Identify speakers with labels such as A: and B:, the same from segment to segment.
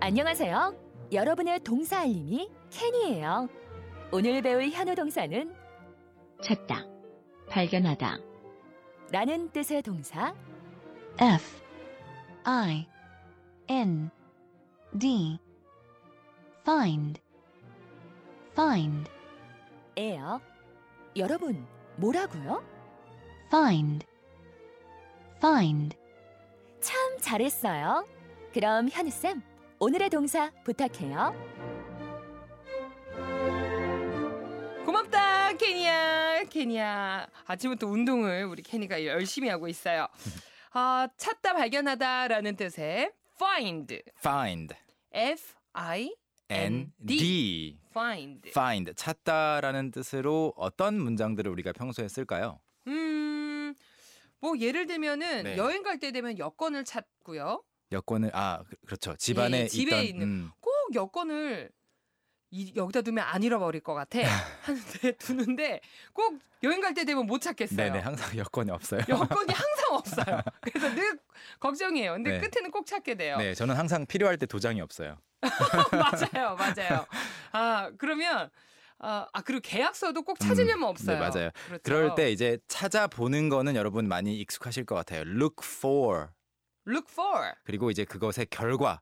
A: 안녕하세요. 여러분의 동사 알림이 캔이에요. 오늘 배울 현우 동사는
B: 찾다, 발견하다.
A: 라는 뜻의 동사
B: F, I, N, D. Find, find,
A: 예요. 여러분, 뭐라고요?
B: find, find.
A: 참 잘했어요. 그럼 현우쌤, 오늘의 동사 부탁해요.
C: 고맙다 케니야 케니야 아침부터 운동을 우리 케니가 열심히 하고 있어요 아 찾다 발견하다라는 뜻의 find
D: find
C: f i
D: n d
C: find
D: find 찾다라는 뜻으로 어떤 문장들을 우리가 평소에 쓸까요?
C: 음뭐 예를 들면은
D: 네.
C: 여행 갈 때 되면 여권을 찾고요
D: 여권을 아 그- 그렇죠 집안에
C: 예, 집에
D: 있던
C: 있는-
D: 음,
C: 꼭 여권을 이, 여기다 두면 안 잃어버릴 것 같아 하는데 두는데 꼭 여행 갈 때 되면 못 찾겠어요
D: 네네 항상 여권이 없어요.
C: 여권이 항상 없어요 그래서 늘 걱정이에요 근데
D: 네.
C: 끝에는 꼭 찾게 돼요
D: 네 저는 항상 필요할 때 도장이 없어요.
C: 맞아요, 맞아요. 아 그러면 아, 아, 그리고 계약서도 꼭 찾으려면 없어요.
D: 네, 맞아요.
C: 그렇죠.
D: 그럴 때 이제 찾아보는 거는 여러분 많이 익숙하실 것 같아요. look for
C: look for
D: 그리고 이제 그것의 결과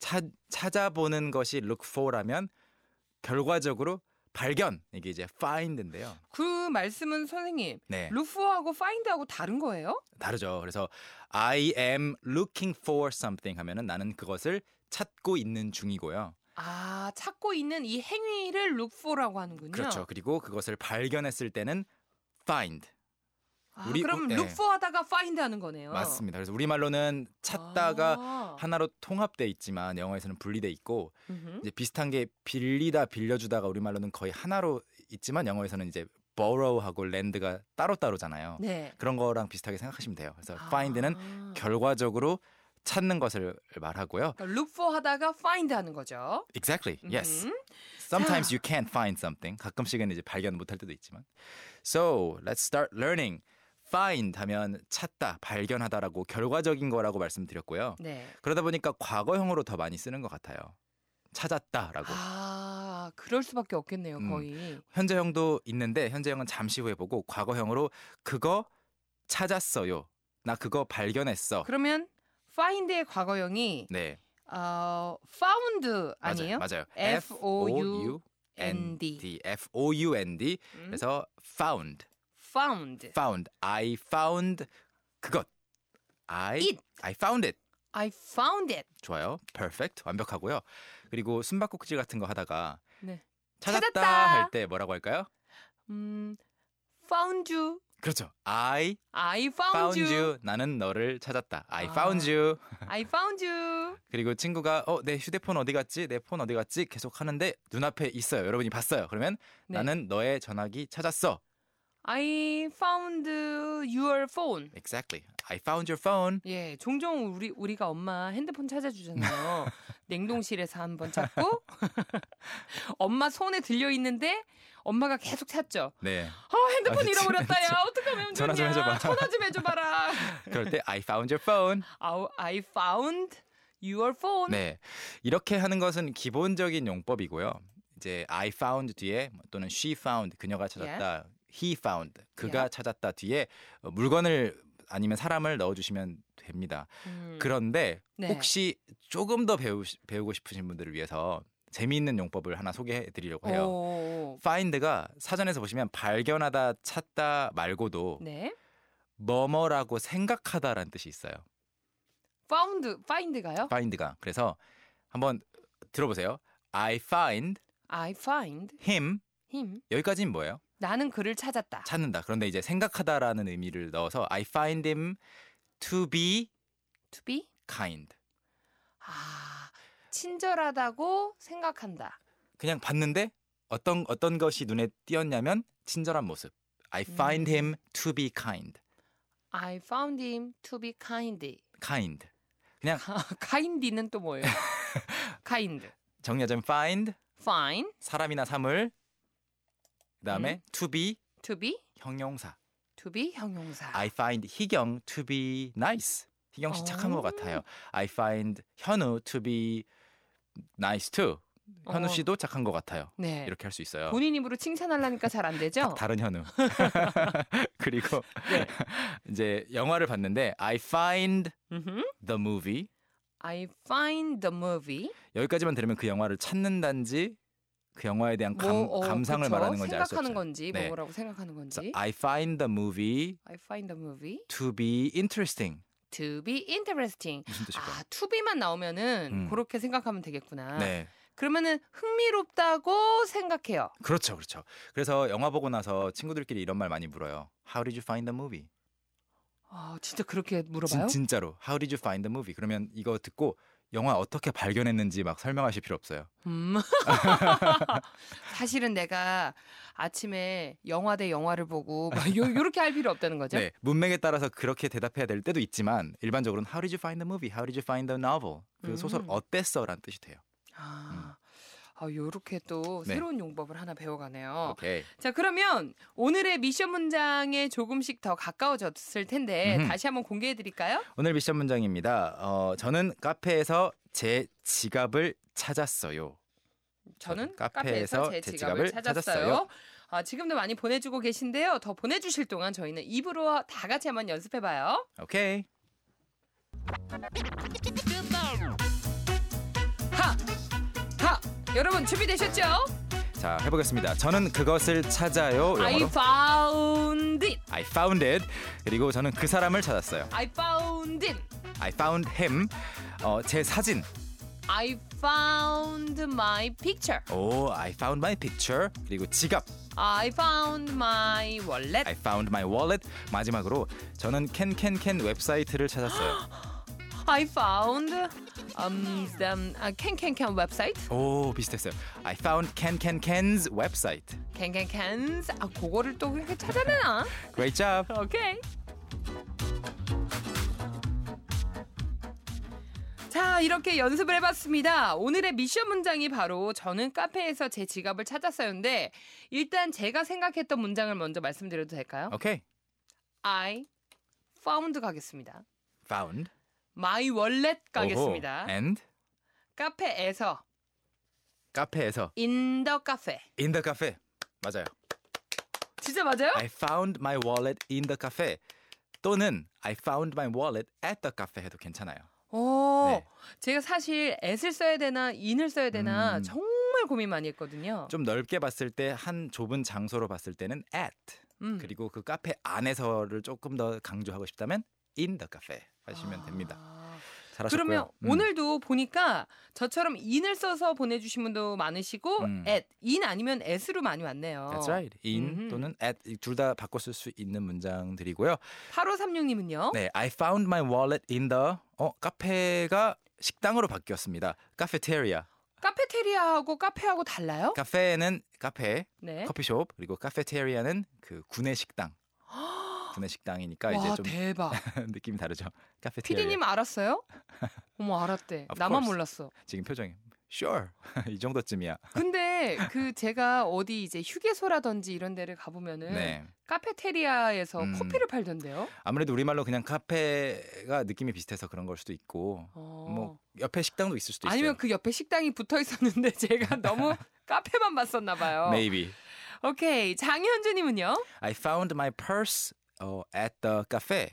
D: 찾 찾아보는 것이 look for라면 결과적으로 발견 이게 이제 find인데요.
C: 그 말씀은 선생님
D: 네.
C: look for하고 find하고 다른 거예요?
D: 다르죠. 그래서 I am looking for something 하면은 나는 그것을 찾고 있는 중이고요.
C: 아 찾고 있는 이 행위를 look for라고 하는군요.
D: 그렇죠. 그리고 그것을 발견했을 때는 find
C: 아,
D: 우리-
C: 그럼
D: 네.
C: look for하다가 find 하는 거네요.
D: 맞습니다. 그래서 우리말로는 찾다가
C: 어. 아.
D: 하나로 통합돼 있지만 영어에서는 분리돼 있고
C: 음흠.
D: 이제 비슷한 게 빌리다 빌려주다가 우리말로는 거의 하나로 있지만 영어에서는 이제 borrow하고 land가 따로따로잖아요.
C: 네.
D: 그런 거랑 비슷하게 생각하시면 돼요. 그래서
C: 아.
D: 어, find는
C: 그러니까
D: 결과적으로 찾는 것을 말하고요.
C: look for 하다가 find 하는 거죠.
D: Exactly. Yes.
C: 음흠.
D: Sometimes
C: 자.
D: you can't find something. 가끔씩은 이제 발견 못할 때도 있지만. So let's start learning. Find 하면 찾다, 발견하다라고 결과적인 거라고 말씀드렸고요.
C: 네.
D: 그러다 보니까 과거형으로 더 많이 쓰는 것 같아요. 찾았다라고.
C: 아 그럴 수밖에 없겠네요.
D: 음.
C: 거의.
D: 현재형도 있는데 현재형은 잠시 후에 보고 과거형으로 그거 찾았어요. 나 그거 발견했어.
C: 그러면 find의 과거형이
D: 네,
C: 어, found 아니에요?
D: 맞아요. 맞아요.
C: F O U N D.
D: F-O-U-N-D. F-O-U-N-D.
C: 음?
D: 그래서 found.
C: found.
D: found. I found 그것. I
C: It.
D: I found it.
C: I found it.
D: 좋아요. perfect. 완벽하고요. 그리고 숨바꼭질 같은 거 하다가
C: 네.
D: 찾았다,
C: 찾았다.
D: 할 때 뭐라고 할까요?
C: 음, found you.
D: 그렇죠. I
C: I
D: found,
C: found,
D: you. 나는 너를 찾았다. I
C: 아.
D: found you.
C: I found you.
D: 그리고 친구가 어, 내 휴대폰 어디 갔지? 내 폰 어디 갔지? 계속 하는데 눈앞에 있어요. 여러분이 봤어요. 그러면
C: 네.
D: 나는 너의 전화기 찾았어.
C: I found your phone.
D: Exactly. I found your phone.
C: 예, 종종 우리 우리가 엄마 핸드폰 찾아주잖아요. 냉동실에서 한번 찾고 엄마 손에 들려 있는데 엄마가 계속 찾죠.
D: 네.
C: 어, 핸드폰
D: 아, 진짜,
C: 잃어버렸다. 야, 어떡하면 좋냐?
D: 전화 좀 해줘봐.
C: 전화 좀 해줘봐라.
D: 그럴 때 I found your phone.
C: I, I found your phone.
D: 네. 이렇게 하는 것은 기본적인 용법이고요. 이제 I found 뒤에 또는 she found 그녀가 찾았다. he found 그가
C: Yeah.
D: 찾았다 뒤에 어, 물건을 아니면 사람을 넣어 주시면 됩니다.
C: 음,
D: 그런데
C: 네.
D: 혹시 조금 더 배우, 배우고 싶으신 분들을 위해서 재미있는 용법을 하나 소개해 드리려고 해요.
C: 오,
D: find가 사전에서 보시면 발견하다, 찾다 말고도
C: 네.
D: 뭐뭐라고 생각하다라는 뜻이 있어요.
C: found find가요?
D: find가. 그래서 한번 들어보세요. I find
C: I found
D: him
C: him.
D: 여기까지는 뭐예요?
C: 나는 그를 찾았다.
D: 찾는다. 그런데 이제 생각하다라는 의미를 넣어서 I find him to be
C: to be
D: kind.
C: 아, 친절하다고 생각한다.
D: 그냥 봤는데 어떤 어떤 것이 눈에 띄었냐면 친절한 모습. I find
C: 음.
D: him to be kind.
C: I found him to be kind. 아,
D: kind. 아.
C: kind는 또 뭐예요? kind.
D: 정리하자면 find
C: fine
D: 사람이나 사물 그다음에
C: 네.
D: to be
C: to be
D: 형용사.
C: to be 형용사.
D: I find 희경 to be nice. 희경 씨 착한
C: 어.
D: 것 같아요. I find 현우 to be nice too. 현우
C: 어.
D: 씨도 착한 것 같아요.
C: 네.
D: 이렇게 할 수 있어요.
C: 본인 입으로 칭찬하려니까 잘 안 되죠?
D: 딱 다른 현우. 그리고
C: 네.
D: 이제 영화를 봤는데 I find
C: 음흠.
D: the movie
C: I find the movie.
D: 여기까지만 들으면 그 영화를 찾는단지 그 영화에 대한 감,
C: 뭐, 어,
D: 감상을
C: 그쵸?
D: 말하는 건지 알 수
C: 생각하는
D: 없어요.
C: 건지
D: 네.
C: 뭐라고 생각하는 건지.
D: 그래서 I find the movie
C: I find the movie
D: to be interesting
C: to be interesting.
D: 무슨 뜻일까요?
C: 아, to be만 나오면은
D: 음.
C: 그렇게 생각하면 되겠구나.
D: 네,
C: 그러면은 흥미롭다고 생각해요.
D: 그렇죠, 그렇죠. 그래서 영화 보고 나서 친구들끼리 이런 말 많이 물어요. How did you find the movie?
C: 아, 진짜 그렇게
D: 진,
C: 물어봐요?
D: 진짜로 How did you find the movie? 그러면 이거 듣고 영화 어떻게 발견했는지 막 설명하실 필요 없어요.
C: 음. 사실은 내가 아침에 영화 대 영화를 보고 막 요, 요렇게 할 필요 없다는 거죠.
D: 네, 문맥에 따라서 그렇게 대답해야 될 때도 있지만 일반적으로는 How did you find the movie? How did you find the novel? 그 소설
C: 음.
D: 어땠어라는 뜻이 돼요.
C: 아, 아, 요렇게 또
D: 음. 네.
C: 새로운 용법을 하나 배워가네요.
D: 오케이.
C: 자, 그러면 오늘의 미션 문장에 조금씩 더 가까워졌을 텐데
D: 음흠.
C: 다시 한번 공개해 드릴까요?
D: 오늘 미션 문장입니다. 어, 저는 카페에서 제 지갑을 찾았어요.
C: 저는
D: 저는 카페에서
C: 카페에서 제
D: 제
C: 지갑을
D: 지갑을
C: 찾았어요.
D: 찾았어요.
C: 아, 지금도 많이 보내주고 계신데요. 더 보내주실 동안 저희는 입으로 다 같이 한번 연습해봐요.
D: 오케이.
C: 하! 하! 여러분 준비되셨죠?
D: 자, 해보겠습니다. 저는 그것을 찾아요. 어, 영어로.
C: I
D: I,
C: found it.
D: found it. 그리고 저는 그 사람을 찾았어요.
C: I found it.
D: I found him. 어, 제 사진.
C: I found my picture.
D: 오, I found my picture. 그리고 지갑.
C: I found my wallet.
D: I found my wallet. 마지막으로 저는 캔캔캔 웹사이트를 찾았어요.
C: I found um, the um, uh, can can can website.
D: 오, 비슷했어요. I found 캔캔캔's website.
C: Can can cans. 아, 그거를 또 그렇게 찾아내나?
D: Great job.
C: 오케이. 자, 이렇게 연습을 해봤습니다. 오늘의 미션 문장이 바로 저는 카페에서 제 지갑을 찾았어요인데 일단 제가 생각했던 문장을 먼저 말씀드려도 될까요?
D: 오케이.
C: I found 가겠습니다.
D: Found.
C: My wallet 가겠습니다.
D: 오호. And
C: 카페에서
D: 카페에서
C: in the cafe.
D: in the cafe. 맞아요.
C: 진짜 맞아요?
D: I found my wallet in the cafe. 또는 I found my wallet at the cafe 해도 괜찮아요.
C: 오,
D: 네.
C: 어, 제가 사실 애를 써야 되나 인을 써야 되나
D: 음.
C: 정말 고민 많이 했거든요.
D: 좀 넓게 봤을 때 한 좁은 장소로 봤을 때는 at
C: 음.
D: 그리고 그 카페 안에서를 조금 더 강조하고 싶다면 in the cafe 하시면
C: 아.
D: 됩니다. 잘하셨고요.
C: 그러면
D: 음.
C: 오늘도 보니까 저처럼 in을 써서 보내주신 분도 많으시고
D: 음.
C: at in 아니면 at로 많이 왔네요.
D: That's right. in
C: 음흠.
D: 또는 at 둘 다 바꿔 쓸 수 있는 문장들이고요.
C: 8536님은요.
D: 네, I found my wallet in the 어 카페가 식당으로 바뀌었습니다. 카페테리아.
C: 카페테리아하고 카페하고 달라요?
D: 카페는 카페,
C: 네.
D: 커피숍 그리고 카페테리아는 그 구내 식당. 구내 식당이니까
C: 와
D: 이제 좀 예,
C: 대박.
D: 느낌이 다르죠. 카페테리아.
C: 피디님 알았어요? 어머 알았대.
D: Of
C: 나만
D: course.
C: 몰랐어.
D: 지금 표정이 sure 이 정도쯤이야.
C: 근데 그 제가 어디 이제 휴게소라든지 이런 데를 가보면은
D: 네.
C: 카페테리아에서
D: 음.
C: 커피를 팔던데요.
D: 아무래도 우리말로 그냥 카페가 느낌이 비슷해서 그런 걸 수도 있고
C: 어.
D: 뭐 옆에 식당도 있을 수도
C: 아니면
D: 있어요.
C: 그 옆에 식당이 붙어 있었는데 제가 너무 카페만 봤었나 봐요.
D: maybe
C: 오케이 장현주님은요.
D: I found my purse 어, at the cafe.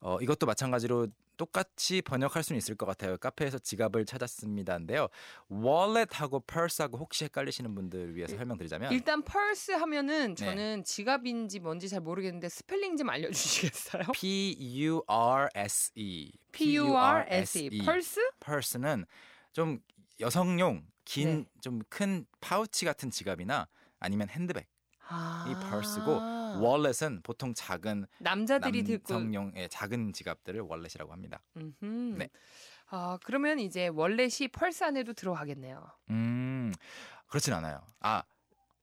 D: 어, 이것도 마찬가지로 똑같이 번역할 수는 있을 것 같아요. 카페에서 지갑을 찾았습니다인데요. wallet하고 purse하고 혹시 헷갈리시는 분들 위해서 설명드리자면
C: 일단 펄스 하면은
D: 아. 네.
C: 저는 지갑인지 뭔지 잘 모르겠는데 스펠링 좀 알려주시겠어요?
D: P U R S E
C: P U R S E 펄스?
D: purse는 좀 여성용 긴
C: 네.
D: 좀 큰 파우치 같은 지갑이나 아니면 핸드백.
C: 아.
D: 이 펄스고 wallet은 보통 작은
C: 남자들이 듣고.
D: 남성용의 예, 작은 지갑들을 wallet이라고 합니다.
C: 음흠.
D: 네.
C: 아 그러면 이제 월렛이 펄스 안에도 들어가겠네요.
D: 음 그렇진 않아요. 아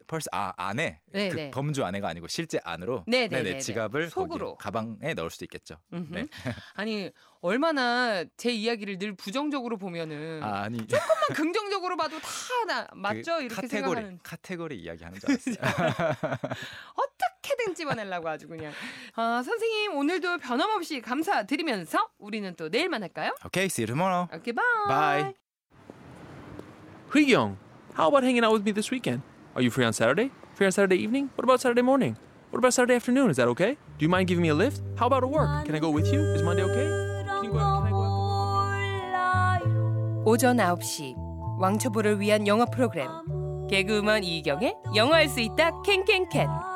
D: 펄스 아 안에
C: 네,
D: 그
C: 네.
D: 범주 안에가 아니고 실제 안으로
C: 네, 네, 네, 네.
D: 지갑을
C: 속으로.
D: 거기 가방에 넣을 수도 있겠죠.
C: 음흠.
D: 네.
C: 아니 얼마나 제 이야기를 늘 부정적으로 보면은
D: 아, 아니
C: 조금만 긍정적으로 봐도 다 나 음. 맞죠
D: 그
C: 이렇게
D: 카테고리
C: 생각하는
D: 카테고리 이야기하는 줄 알았어요.
C: 어떻게든 집어내려고 아주 그냥 아 선생님 오늘도 변함없이 감사드리면서 우리는 또 내일 만날까요?
D: 오케이, see you tomorrow.
C: 오케이
D: Bye.
E: Young, how about hanging out with me this weekend? Are you free on Saturday? Free on Saturday evening? What about Saturday morning? What about Saturday afternoon? Is that okay? Do you mind giving me a lift? How about a work? Can I go with you? Is Monday okay? Can you go out? Can I go out?
C: 오전 9시 왕초보를 위한 영어 프로그램 개그우먼 이경의 영어할 수 있다 캔캔캔